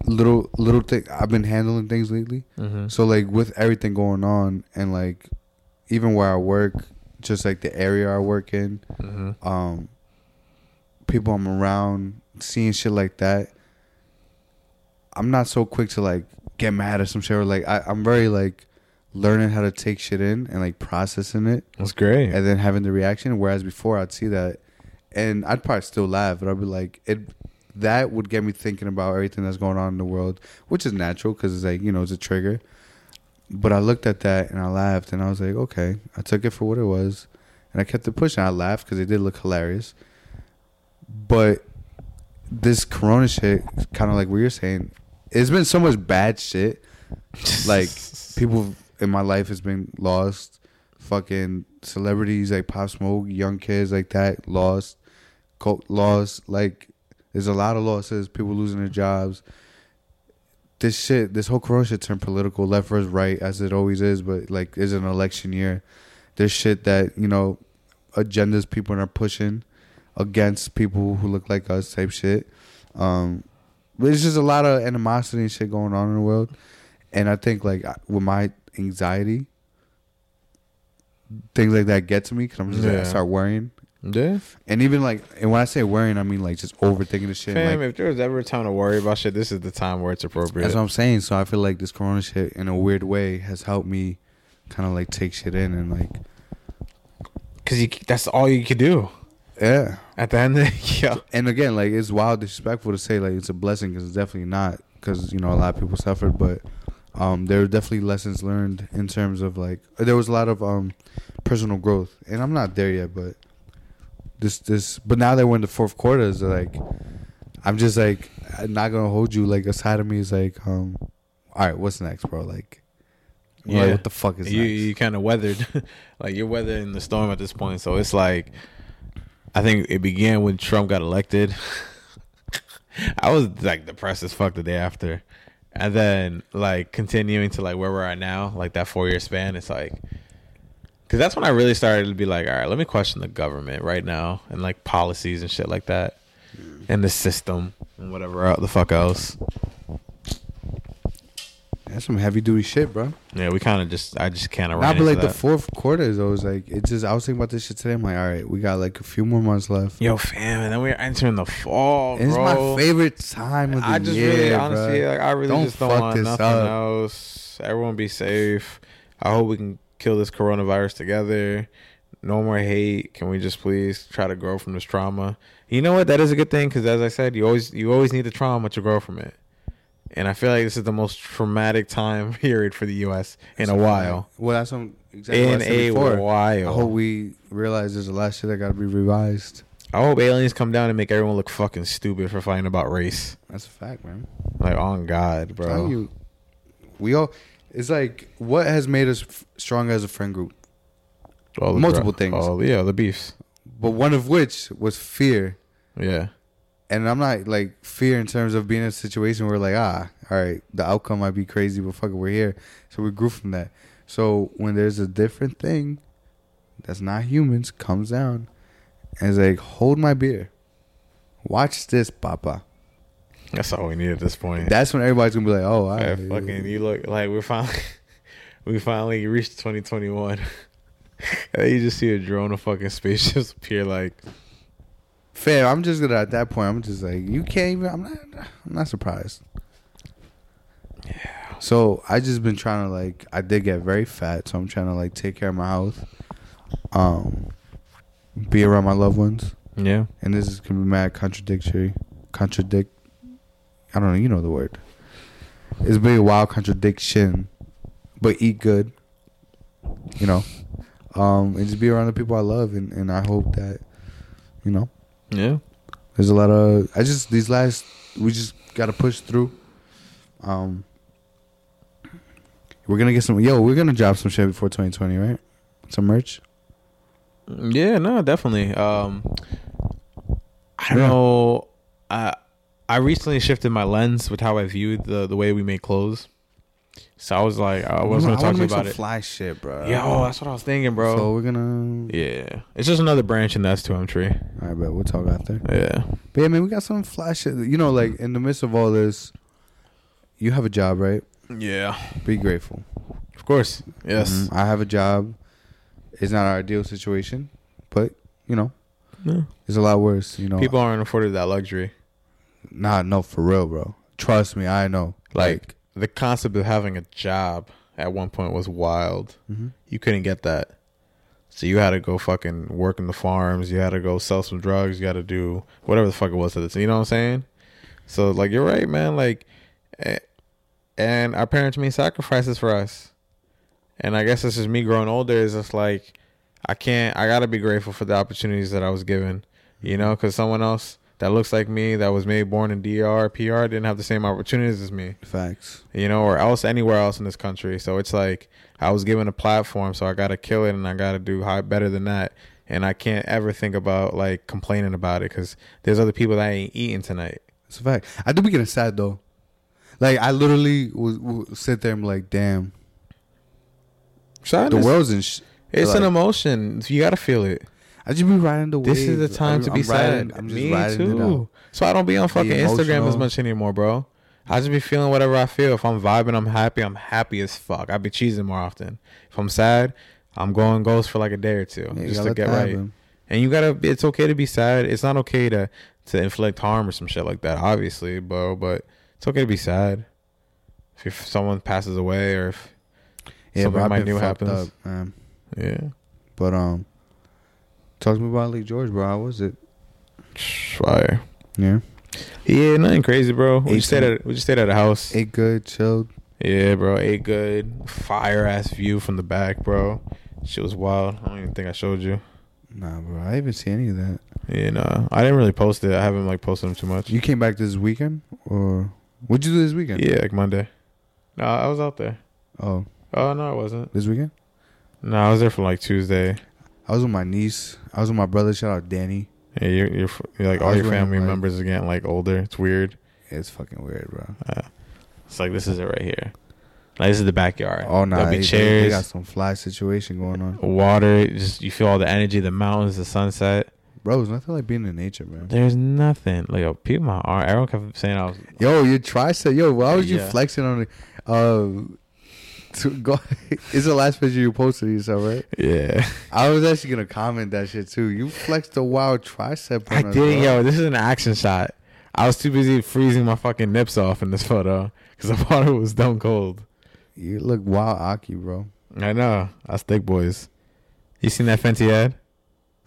little little thing I've been handling things lately. Mm-hmm. So like with everything going on and like even where I work, just like the area I work in, um, people I'm around, seeing shit like that, I'm not so quick to like get mad at some shit. Or, like I, I'm very like learning how to take shit in and like processing it, That's great. and then having the reaction. Whereas before, I'd see that, and I'd probably still laugh, but I'd be like, it. That would get me thinking about everything that's going on in the world, which is natural because it's like you know it's a trigger. But I looked at that and I laughed and I was like, okay, I took it for what it was, and I kept it pushing. I laughed because it did look hilarious, but this corona shit kind of like we were saying it's been so much bad shit like people in my life has been lost fucking celebrities like pop smoke young kids like that lost co- lost like there's a lot of losses people losing their jobs this shit this whole corona shit turned political left versus right as it always is but like it's an election year there's shit that you know agendas people are pushing against people who look like us type shit. Um, but it's just a lot of animosity and shit going on in the world, and I think like I- with my anxiety, things like that get to me because I'm just like, I Yeah. start worrying, Yeah. and even like and when I say worrying, I mean like just overthinking the shit. and, Fam, like, if there was ever a time to worry about shit, this is the time where it's appropriate. that's what I'm saying. So I feel like this corona shit in a weird way has helped me kind of like take shit in and like Because that's all you could do yeah. at the end of the yeah. and again, like it's wild, disrespectful to say like it's a blessing because it's definitely not because you know a lot of people suffered, but um, there were definitely lessons learned in terms of like there was a lot of um, personal growth, and I'm not there yet, but this this but now that we're in the fourth quarter, is like I'm just like I'm not gonna hold you. Like a side of me is like, um, all right, what's next, bro? Like, yeah. Yeah. what the fuck is you next? you kind of weathered, like you're weathering the storm at this point. So it's like, I think it began when Trump got elected. I was like depressed as fuck the day after, and then like continuing to like where we're at now, like that four year span. It's like, because that's when I really started to be like, all right, let me question the government right now and like policies and shit like that, and the system and whatever el- the fuck else. That's some heavy duty shit, bro. Yeah, we kind of just I just kind of Nah, ran but into like the that. fourth quarter is always like it's just. I was thinking about this shit today. I'm like, all right, we got like a few more months left. Yo, fam, and then we're entering the fall, And it's bro. my favorite time of the I just year. really, honestly, bruh. like I really Don't just don't fuck want this nothing up. else. Everyone be safe. I hope we can kill this coronavirus together. No more hate. Can we just please try to grow from this trauma? You know what? That is a good thing because, as I said, you always you always need the trauma to grow from it. And I feel like this is the most traumatic time period for the U.S. in a while. Well, that's what exactly In what I said a before. I while. hope we realize there's a lot of shit that got to be revised. I hope aliens come down and make everyone look fucking stupid for fighting about race. That's a fact, man. Like on God, Tell bro. you, we all. It's like what has made us f- stronger as a friend group, All the multiple dra- things. All, yeah, the beefs. but one of which was fear. Yeah. And I'm not like fear in terms of being in a situation where like ah, all right, the outcome might be crazy, but fuck it, we're here, so we grew from that. So when there's a different thing that's not humans comes down and is like, hold my beer, watch this, Papa. That's all we need at this point. That's when everybody's gonna be like, oh, all Yeah, right. fucking you look like we're finally we finally reached twenty twenty one. And then you just see a drone of fucking spaceships appear like fair. I'm just gonna at that point. I'm just like, you can't even. I'm not. I'm not surprised. Yeah. So I just been trying to like. I did get very fat, so I'm trying to like take care of my health. Um, be around my loved ones, Yeah. and this is gonna be mad contradictory. Contradict. I don't know. You know the word. It's be a wild contradiction, but eat good. You know, um, and just be around the people I love, and and I hope that, you know. Yeah. There's a lot of I just these last we just gotta push through. Um We're gonna get some yo, we're gonna drop some shit before twenty twenty, right? Some merch. Yeah, no, definitely. Um I don't Yeah. know I I recently shifted my lens with how I viewed the the way we make clothes. So I was like I was gonna wanna talk to you make some about it. Fly shit, bro. Yo, that's what I was thinking, bro. So we're gonna Yeah, it's just another branch in the S2M tree. I bet we'll talk after. Yeah, But yeah, man, we got some fly shit. You know, like in the midst of all this, you have a job, right? yeah, Mm-hmm. Be grateful. of course. Yes, Mhm. I have a job. It's not our ideal situation, but you know, No. it's a lot worse, you know. people aren't afforded that luxury. Nah, no, for real, bro. Trust me, I know. Like the concept of having a job at one point was wild. You couldn't get that, so you had to go fucking work in the farms. You had to go sell some drugs. You had to do whatever the fuck it was at this. You know what I'm saying? So like, you're right, man. Like, eh, and our parents made sacrifices for us. And I guess this is me growing older. Is just like I can't. I gotta be grateful for the opportunities that I was given. you know, because someone else that looks like me that was maybe born in DR, PR didn't have the same opportunities as me, Facts. you know, or else anywhere else in this country. So it's like I was given a platform, so I got to kill it and I got to do high, better than that. And I can't ever think about like complaining about it because there's other people that ain't eating tonight. It's a fact. I do be getting sad though. Like I literally was, was sit there and be like, damn, the Sadness- world's in. Sh- It's like, an emotion. You gotta feel it. I just be riding the wave. This is the time to be sad. Me it out. too. So I don't be on fucking Instagram as emotional. much anymore, bro. I just be feeling whatever I feel. If I'm vibing, I'm happy. I'm happy as fuck. I be cheesing more often. If I'm sad, I'm going ghost for like a day or two Yeah, you just to gotta let get that right. happen. And you gotta. It's okay to be sad. It's not okay to to inflict harm or some shit like that. Obviously, bro. But it's okay to be sad. If, if someone passes away or if Yeah, something but might I've new been fucked happens, up, man. yeah. But um, talk to me about Lee George, bro. How was it? Fire. Yeah, Yeah, nothing crazy, bro. We just Eighteen. stayed at we just stayed at a house. it good, chilled. Yeah, bro. Ate good. Fire ass view from the back, bro. Shit was wild. I don't even think I showed you. Nah, bro. I didn't see any of that. Yeah, nah. I didn't really post it. I haven't like posted them too much. You came back this weekend, or what'd you do this weekend? Yeah, like Monday. No, I was out there. Oh, Oh no, I wasn't. this weekend. No, I was there from like Tuesday. I was with my niece. I was with my brother. Shout out Danny. Yeah, you're, you're, f- you're like I all was your family wearing, like- members are getting like older. It's weird. It's fucking weird, bro. It's like this is it right here. Like this is the backyard. Oh no, There'll they, be they- chairs. Oh. They got some fly situation going on, water. Just you feel all the energy, the mountains, the sunset. bro. It's nothing like being in nature, man. There's nothing like a peep my arm. Everyone kept saying I was. Yo, your tricep. Yo, why was you Yeah. flexing on? the- Uh, to go, it's the last picture you posted of yourself, right? Yeah, I was actually gonna comment that shit too. You flexed a wild tricep. I on us, did. bro. Yo, this is an action shot. I was too busy freezing my fucking nips off in this photo because I thought it was dumb cold. You look wild, Aki, bro. I know. Us thick boys. You seen that Fenty ad?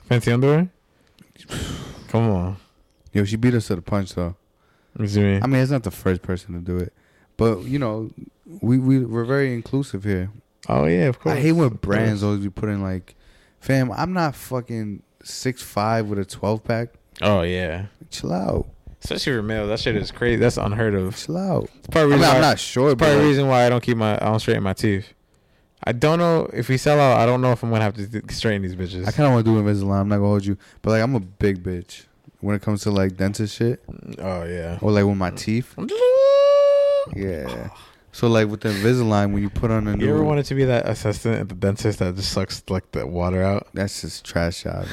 Fenty underwear? Come on. Yo, she beat us to the punch though. What you mean? I mean, it's not the first person to do it, but you know, we we we're very inclusive here. oh yeah, of course. I hate when brands always be putting like, fam, I'm not fucking six five with a twelve pack. Oh yeah, Chill out, especially for males. That shit is crazy. That's unheard of. chill out. It's part I of the mean, reason I'm why- not sure, That's part of the but reason why I don't keep my I don't straighten my teeth. I don't know if we sell out. I don't know if I'm gonna have to th- straighten these bitches. I kind of want to do Invisalign. I'm not gonna hold you, but like, I'm a big bitch when it comes to like dentist shit oh yeah. or like with my teeth. Yeah. So like with the Invisalign, when you put on a You new, ever wanted to be that assistant at the dentist that just sucks like the water out? that's just trash job.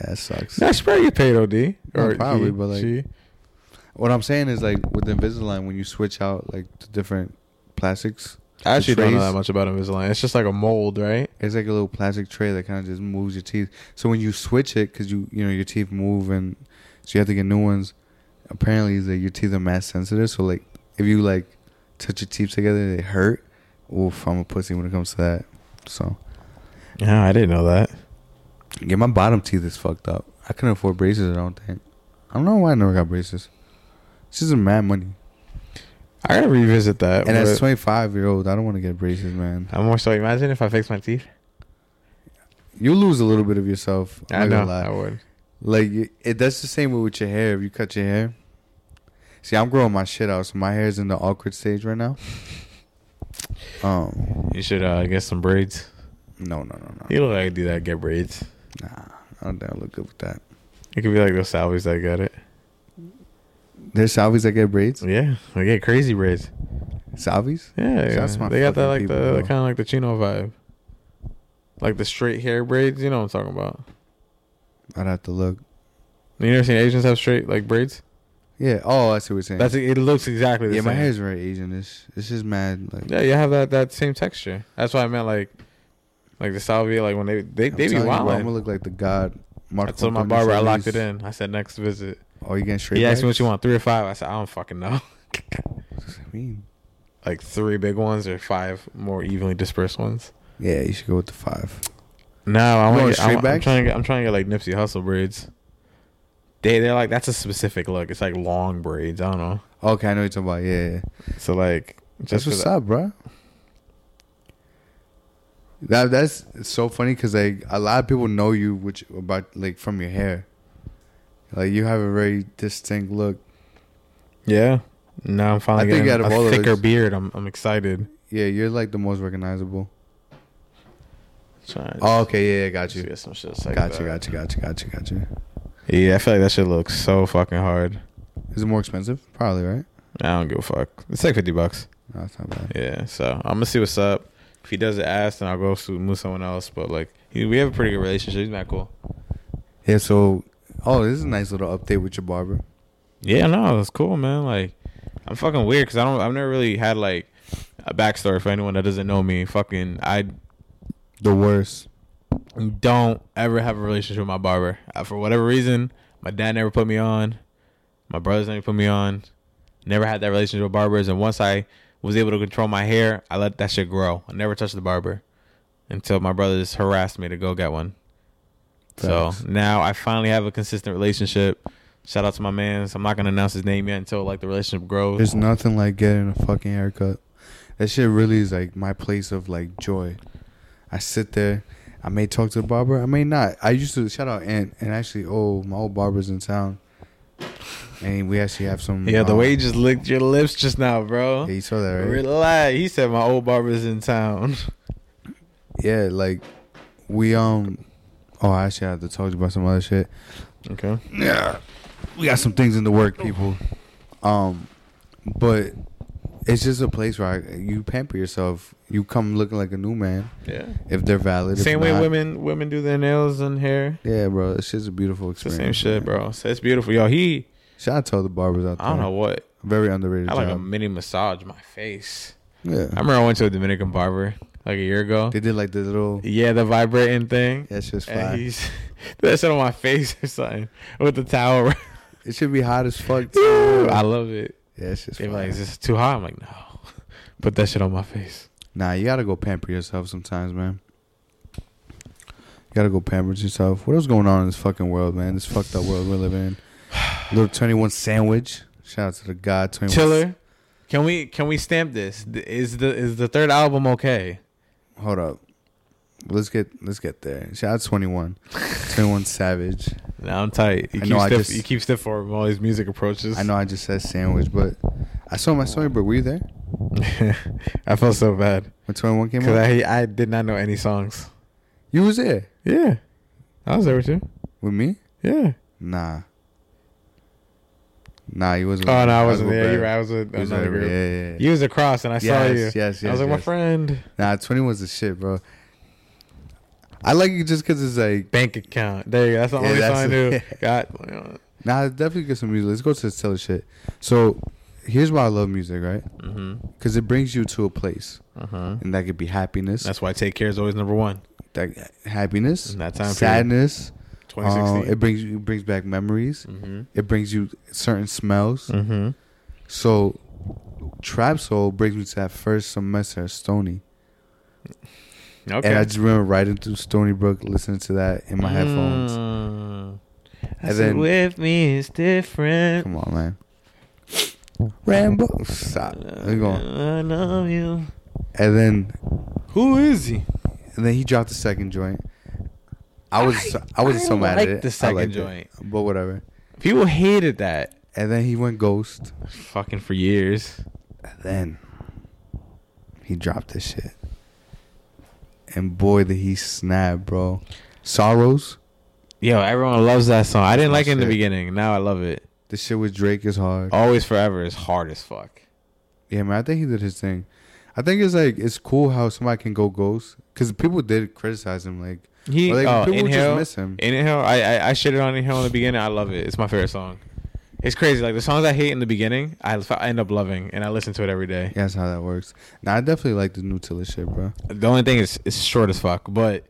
that sucks. That's probably get paid OD No, or probably, he, but, like- she. What I'm saying is like with Invisalign, when you switch out like the different plastics, I actually don't know trays. that much about Invisalign. It's just like a mold, right? it's like a little plastic tray that kind of just moves your teeth. So when you switch it, because you you know your teeth move and so you have to get new ones. Apparently, is that your teeth are mass sensitive. So like if you like touch your teeth together, they hurt. Oof, I'm a pussy when it comes to that. So Yeah, I didn't know that. yeah, my bottom teeth is fucked up. I couldn't afford braces. I don't think. I don't know why I never got braces. This is mad money. I gotta revisit that. And as but 25 year old, I don't want to get braces, man. I'm more so. Imagine if I fix my teeth. You lose a little bit of yourself. I'm I not know gonna I lie. would. Like you- it, that's the same way with your hair. If you cut your hair, see, I'm growing my shit out, so my hair's in the awkward stage right now. Um, You should uh, get some braids. no, no, no, no. You look like you do that. Get braids. Nah, I don't think I look good with that. It could be like those salvies that got it. There's salvies that get braids. Yeah, they get crazy braids. Salvies? Yeah, So yeah. that's my they got that fucking like people, the bro. kind of like the chino vibe, like the straight hair braids. You know what I'm talking about? I'd have to look. You never seen Asians have straight like braids? Yeah. Oh, I see what you're saying. That's it. Looks exactly the yeah, same. my hair's very Asian-ish. It's just mad. Like Yeah, you have that that same texture. That's why I meant like, like the salvia. Like when they they, I'm they be telling you, bro, I'm wild. gonna look like the god. Mark I told my Anthony barber I locked it Salinas. in. I said next visit. Oh, you getting straight? He asked me what backs? you want, three or five. I said I don't fucking know. What's that mean? like three big ones or five more evenly dispersed ones. Yeah, you should go with the five. No, I want. You want to get- I'm, straight I'm backs? trying to get. I'm trying to get like Nipsey Hustle braids. They they're like that's a specific look. It's like long braids. I don't know. Okay, I know what you're talking about. Yeah, yeah. So like That's just what's 'cause I- up, bro. That that's so funny because like a lot of people know you which about like from your hair. Like you have a very distinct look. Yeah. Now I'm finally I think getting out of a all of thicker us- beard. I'm I'm excited. Yeah, you're like the most recognizable. Trying Oh, okay, yeah, yeah, got to you. get some shit like Got you, that. got you, got you, got you, got you. Yeah, I feel like that shit looks so fucking hard. Is it more expensive? Probably, right? I don't give a fuck. It's like fifty bucks. No, it's not bad. Yeah, so I'm gonna see what's up. If he doesn't ask, then I'll go s- move someone else. But like, he, we have a pretty good relationship. He's not cool. Yeah, so oh, this is a nice little update with your barber. Yeah, no, it's cool, man. Like, I'm fucking weird because I don't. I've never really had like a backstory for anyone that doesn't know me. Fucking, I The worst. don't ever have a relationship with my barber Uh, for whatever reason. My dad never put me on. My brothers never put me on. Never had that relationship with barbers. And once I was able to control my hair, I let that shit grow. I never touched the barber until my brothers harassed me to go get one. Facts. So now I finally have a consistent relationship. Shout out to my man. I'm not gonna announce his name yet until like the relationship grows. There's nothing like getting a fucking haircut. That shit really is like my place of like joy. I sit there. I may talk to the barber. I may not. I used to shout out Aunt and actually, oh, my old barber's in town, and we actually have some. yeah, the um, way you just licked your lips just now, bro. yeah, you saw that, right? Relax. He said my old barber's in town. Yeah, like we um. Oh, I actually had to talk to you about some other shit. Okay. Yeah, we got some things in the work, people. Um, but it's just a place where I, you pamper yourself. You come looking like a new man Yeah. if they're valid. if Same way not- women women do their nails and hair. Yeah, bro, it's just a beautiful It's the experience. same man. shit, bro. So it's beautiful, yo. He, Shout out to all the barbers out there. I don't know what. Very underrated. I like a job. mini massage my face. I Yeah, remember I went to a Dominican barber like a year ago. they did like the little. Yeah, the vibrating thing. That's just And fly. he's that shit on my face or something with the towel. It should be hot as fuck. Too. I love it. yeah, it's just. They're fly. like, "Is this too hot?" I'm like, "No." Put that shit on my face. Nah, you gotta go pamper yourself sometimes, man. You gotta go pamper yourself. What else going on in this fucking world, man? This fucked up world we're living in. Little twenty one sandwich. Shout out to the god twenty one. Chiller. Can we can we stamp this? Th- Is the is the third album okay? Hold up. Let's get let's get there. Shout out twenty one. twenty one savage. Now I'm tight. You I keep know, I stiff, just- you keep stiff for him all his music approaches. I know I just said sandwich, but I saw my story, but were you there? I felt so bad When twenty one came because out? I I did not know any songs. you was there. Yeah, I was there with you. With me? Yeah. Nah. Nah, you wasn't Oh no, I was wasn't with there. Brad. You were. I was with You was another with- group. yeah, yeah, yeah. You was across, and I saw you. Yes, yes, I was yes, like my yes. friend. Nah, 21's the shit, bro. I like it just because it's like, Bank account. There you go. That's the Yeah, only that's- song I knew. God. nah, definitely get some music. Let's go to the Taylor shit. So, here's why I love music, right? Mm-hmm. Because it brings you to a place, Uh-huh. and that could be happiness, That's why take care is always number one. that happiness, In that time period. sadness. Uh, 2016. it brings you it brings back memories. mm-hmm. It brings you certain smells. Mm-hmm. So, trap soul brings me to that first semester at Stony, Okay. and I just remember riding through Stony Brook, listening to that in my headphones. Mm. I said, And then- with me is different. Come on, man. Rambo, stop. Where you going? I love you. And then, Who is he? and then he dropped the second joint. I was, I, wasn't so I mad liked at it. the I second liked it, joint. but whatever. People hated that And then he went ghost. fucking for years. And then he dropped this shit. And boy, did he snap, bro. Sorrows. Yo, everyone loves that song. I didn't Oh, like it in the shit. beginning. Now I love it. The shit with Drake is hard. Always Forever is hard as fuck. Yeah, man. I think he did his thing. I think it's like it's cool how somebody can go ghost because people did criticize him. Like, He Well, like, oh, people just inhale, miss him. inhale. I, I I shitted on inhale in the beginning. I love it. It's my favorite song. It's crazy. Like the songs I hate in the beginning, I, f- I end up loving, and I listen to it every day. yeah, that's how that works. Now I definitely like the new Tiller shit, bro. The only thing is, it's short as fuck. But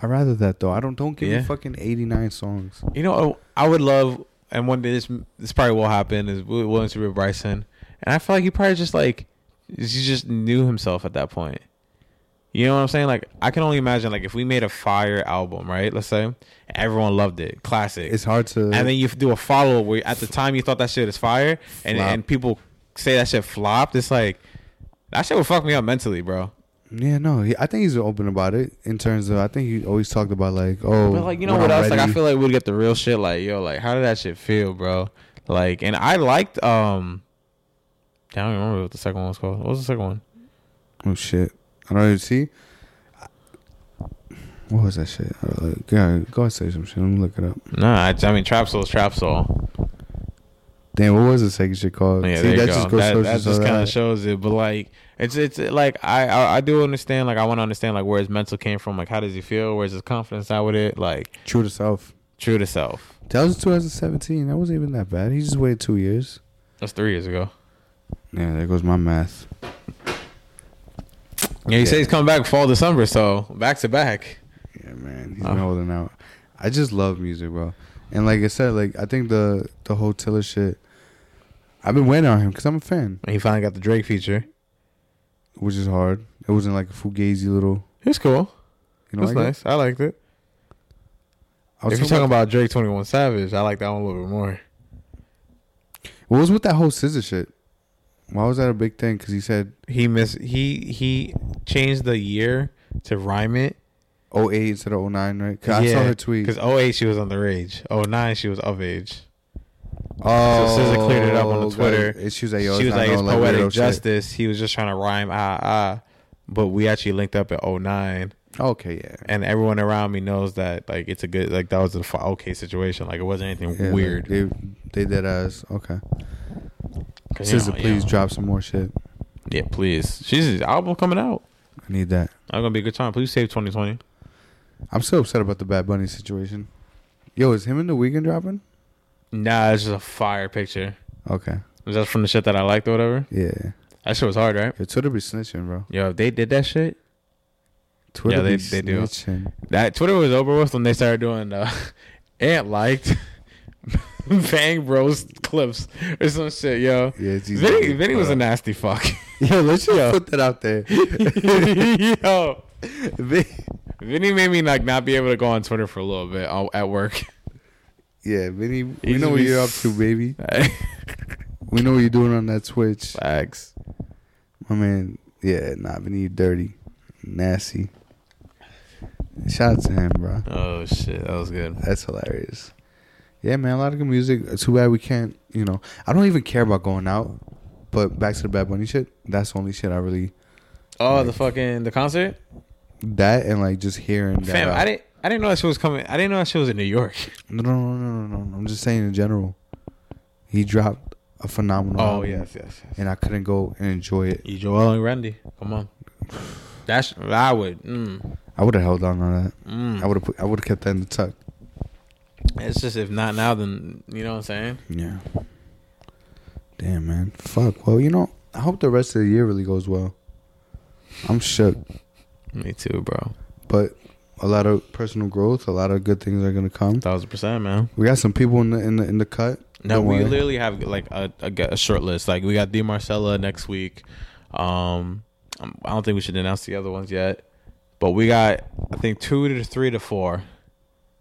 I rather that though. I don't don't give Yeah. me fucking eighty nine songs. you know, I would love, and one day this this probably will happen. Is Wil- Williams with Bryson, and I feel like he probably just like he just knew himself at that point. You know what I'm saying? Like I can only imagine like if we made a fire album, right? Let's say everyone loved it, classic. It's hard to. and then you do a follow up where at the time you thought that shit is fire, and Flop. and people say that shit flopped. It's like that shit would fuck me up mentally, bro. Yeah, no, he, I think he's open about it in terms of. I think he always talked about like, oh, But like you know when what I'm else? Like I ready- feel like we'd get the real shit. Like yo, like how did that shit feel, bro? Like and I liked um. I don't remember what the second one was called. What was the second one? Oh shit! I don't even see. What was that shit? I was like, yeah, go ahead say some shit. Let me look it up. Nah, I, I mean Trap Soul's Trap Soul. Damn, what was the second shit called? Oh, Yeah, there you go. goes That, shows that us just all kind that. of shows it. But like, it's it's like I I, I do understand. Like I want to understand like where his mental came from. Like how does he feel? Where's his confidence out with it? Like true to self. true to self. That was 2017. That wasn't even that bad. He just waited two years. That's three years ago. Yeah, there goes my math. Yeah, he said he's coming back fall December. So back to back. Yeah, man, he's Oh. been holding out. I just love music, bro. And like I said, like I think the the whole Tiller shit. I've been waiting on him because I'm a fan, And he finally got the Drake feature. which is hard. It wasn't like a fugazi little. It was cool. You It know, was like nice. I liked it. I was if you're talking about Drake Twenty One Savage, I like that one a little bit more. What was with that whole scissor shit? Why was that a big thing? Because he said He miss he he changed the year to rhyme it. 08 instead of 09, right? 'Cause I saw her tweet. Because 08 she was underage. 09 she was of age. Oh, So SZA cleared it up on the God. Twitter. And She was like, "Oh, yo, she was like, no, it's poetic weirdo shit." justice. He was just trying to rhyme ah ah. But we actually linked up at 09 Okay, yeah. and everyone around me knows that like it's a good like that was a fi- okay situation. Like it wasn't anything Yeah, like, weird. they, they did us. Okay. 'Cause, you SZA, know, you please know. drop some more shit. Yeah, please. She's album coming out. I need that. That's gonna be a good time. Please save 2020. I'm so upset about the Bad Bunny situation. Yo, is him and the weekend dropping? Nah, it's just a fire picture. Okay. Is that from the shit that I liked or whatever? Yeah. That shit was hard, right? Yo, Twitter be snitching, bro. Yo, if they did that shit. Twitter Yeah, be they- they do. snitching. That Twitter was over with when they started doing uh, Ant liked Bang Bros clips or some shit, yo. Yeah, it's easy. Vinny, Vinny was a nasty fuck. Yo, let's just Yo. put that out there. yo. Vin- Vinny made me like not be able to go on Twitter for a little bit uh, at work. Yeah, Vinny, we He's know what be- you're up to, baby. We know what you're doing on that Twitch. Facts. My man, yeah, nah, Vinny, you dirty. Nasty. Shout out to him, bro. Oh shit, that was good. That's hilarious. Yeah, man, a lot of good music. It's Too bad we can't, you know. I don't even care about going out, but back to the Bad Bunny shit, that's the only shit I really. Oh, the fucking the concert, That and like just hearing that. fam. out. I didn't. I didn't know that shit was coming. I didn't know that shit was in New York. No, no, no, no, no, no. I'm just saying in general. He dropped a phenomenal. Oh album, yes, yes. yes. And I couldn't go and enjoy it. E. Joel and Randy, come on. That's I would. Mm, I would have held on on that. mm. I would have. I would have kept that in the tuck. It's just if not now, then you know what I'm saying. Yeah. Damn, man. Fuck. Well, you know, I hope the rest of the year really goes well. I'm shook, Me too, bro. but a lot of personal growth, a lot of good things are gonna come. Thousand percent, man. We got some people in the in the in the cut. No, Don't we worry. literally have like a, a, g- a short list. Like we got D Marcella next week. Um, um, I don't think we should announce the other ones yet, but we got I think two to three to four.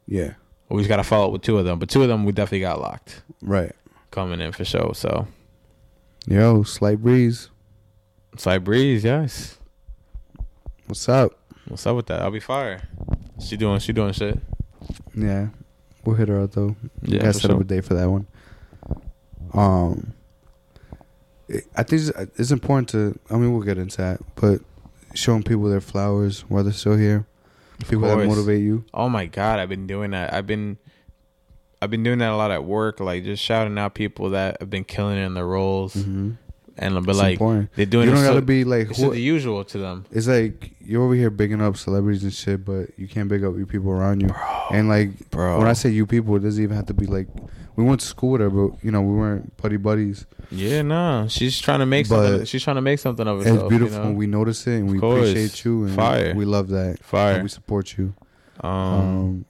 Yeah. We just got to follow up with two of them, but two of them we definitely got locked Right. coming in for sure. So Yo, slight breeze. it's like breeze, yes. What's up? What's up with that? I'll be fire. She doing, she doing shit. Yeah. We'll hit her up though. Yeah, for gotta set up sure. a day for that one. Um, it- I think it's, uh, it's important to. I mean, we'll get into that, but showing people their flowers while they're still here, people that course. motivate you. Oh my god, I've been doing that. I've been I've been doing that a lot at work, like just shouting out people that have been killing it in their roles, and Mm-hmm. but Mm-hmm. It's like important. they're doing. you it don't so- gotta be like. It's who- the usual to them. it's like you're over here bigging up celebrities and shit, but you can't big up your people around you. and like, bro. when I say you people, it doesn't even have to be like. We went to school with her, but you know we weren't buddy buddies. Yeah, no, she's trying to make But- something. She's trying to make something of it's herself. beautiful. You know? when We notice it and we course. appreciate you and Fire. we love that. Fire. And we support you. um, Um,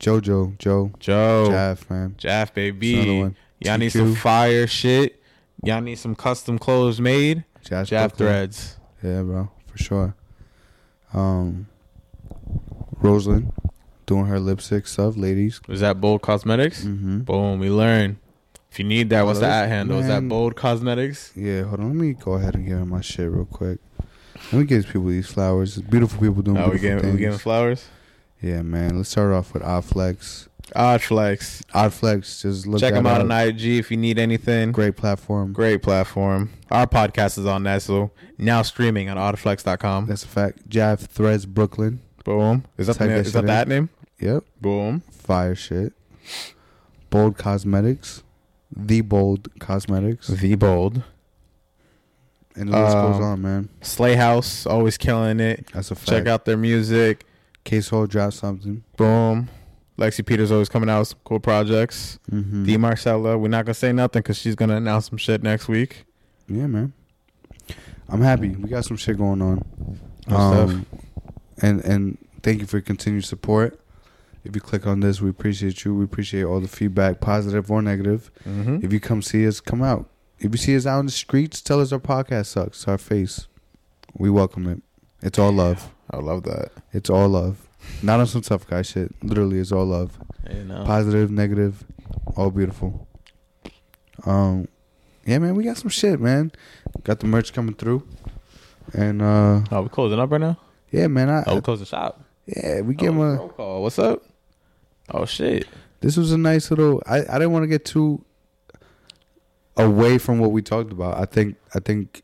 Jojo, Joe, Joe, Jaff, man. Jaff, That's another baby, one. y'all need TQ. some fire shit. Y'all need some custom clothes made. Jaff, Jaff Buckley. threads. Yeah, bro, for sure. Um, Rosalind doing her lipstick stuff, ladies. Was that Bold Cosmetics? Mm-hmm. Boom, we learn. If you need that, what's the Those- at handle? Is that man. Bold Cosmetics? Yeah, hold on. Let me go ahead and get on my shit real quick. Let me give people these flowers. It's beautiful people doing Oh, we beautiful giving things. we giving flowers. yeah, man. Let's start off with Oddflex. Odd Ah, flex. Oddflex, just look Check that them out on IG if you need anything. Great platform. Great platform. Our podcast is on that, so now streaming on oddflex.com. That's a fact. Jive Threads Brooklyn. Boom. Is that, the Type na- that is that shit that name? Yep. Boom. Fire shit. Bold Cosmetics. The Bold Cosmetics. The Bold. And the list Um, goes on, man. Slay House, always killing it. That's a fact. Check out their music. Case Hole dropped something. Boom. Lexi Peters always coming out with some cool projects. Mm-hmm. D Marcella, we're not gonna say nothing because she's gonna announce some shit next week. Yeah, man. I'm happy. We got some shit going on. No Um, and and thank you for your continued support. If you click on this, we appreciate you. We appreciate all the feedback, positive or negative. Mm-hmm. If you come see us, come out. If you see us out in the streets, tell us our podcast sucks. Our face, we welcome it. It's all love. I love that. It's all love. Not on some tough guy shit. Literally, it's all love. You know. Positive, negative, all beautiful. Um, yeah, man, we got some shit, man. Got the merch coming through, and uh, oh, we closing up right now. yeah, man, I Oh, we closing shop. Uh, yeah, we Oh, gave him a. roll call. What's up? Oh shit. This was a nice little. I, I didn't want to get too away from what we talked about. I think I think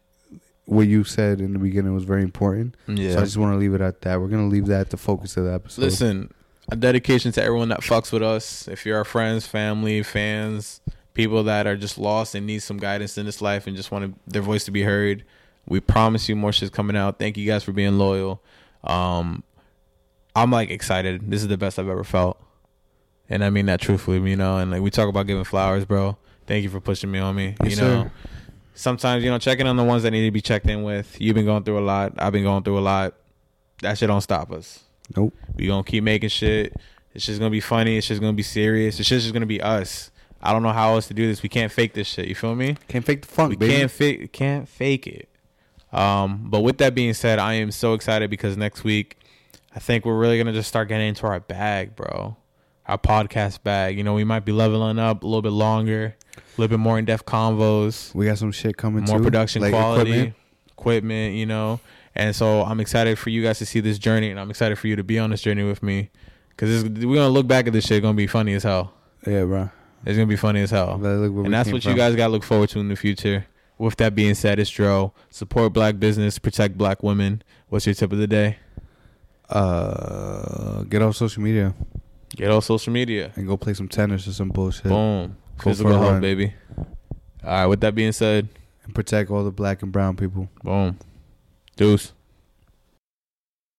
what you said in the beginning was very important. So I just want to leave it at that. We're gonna leave that the focus of the episode. Listen, a dedication to everyone that fucks with us. If you're our friends, family, fans, people that are just lost and need some guidance in this life and just want to, their voice to be heard, we promise you more shit's coming out. Thank you guys for being loyal. Um, I'm like excited. This is the best I've ever felt, and I mean that truthfully. You know, and like we talk about giving flowers, bro. Thank you for pushing me on me. Yes, you know. sir. Sometimes you know checking on the ones that need to be checked in with. You've been going through a lot. I've been going through a lot. That shit don't stop us. nope. We gonna keep making shit. It's just gonna be funny. It's just gonna be serious. It's just, just gonna be us. I don't know how else to do this. We can't fake this shit. You feel me? Can't fake the funk, We baby. can't fake. Can't fake it. Um, but with that being said, I am so excited because next week, I think we're really gonna just start getting into our bag, bro. Our podcast bag. You know, we might be leveling up a little bit longer, a little bit more in depth convos We got some shit coming. more too, production like quality equipment. equipment. you know and so i'm excited for you guys to see this journey and i'm excited for you to be on this journey with me because we're gonna look back at this shit gonna be funny as hell Yeah, bro. it's gonna be funny as hell Like, look where we Oh. and that's came what from. you guys gotta look forward to in the future with that being said it's dro support black business protect black women what's your tip of the day Uh, get off social media get off social media and go play some tennis or some bullshit, boom for physical a health run. baby all right with that being said and protect all the black and brown people. boom deuce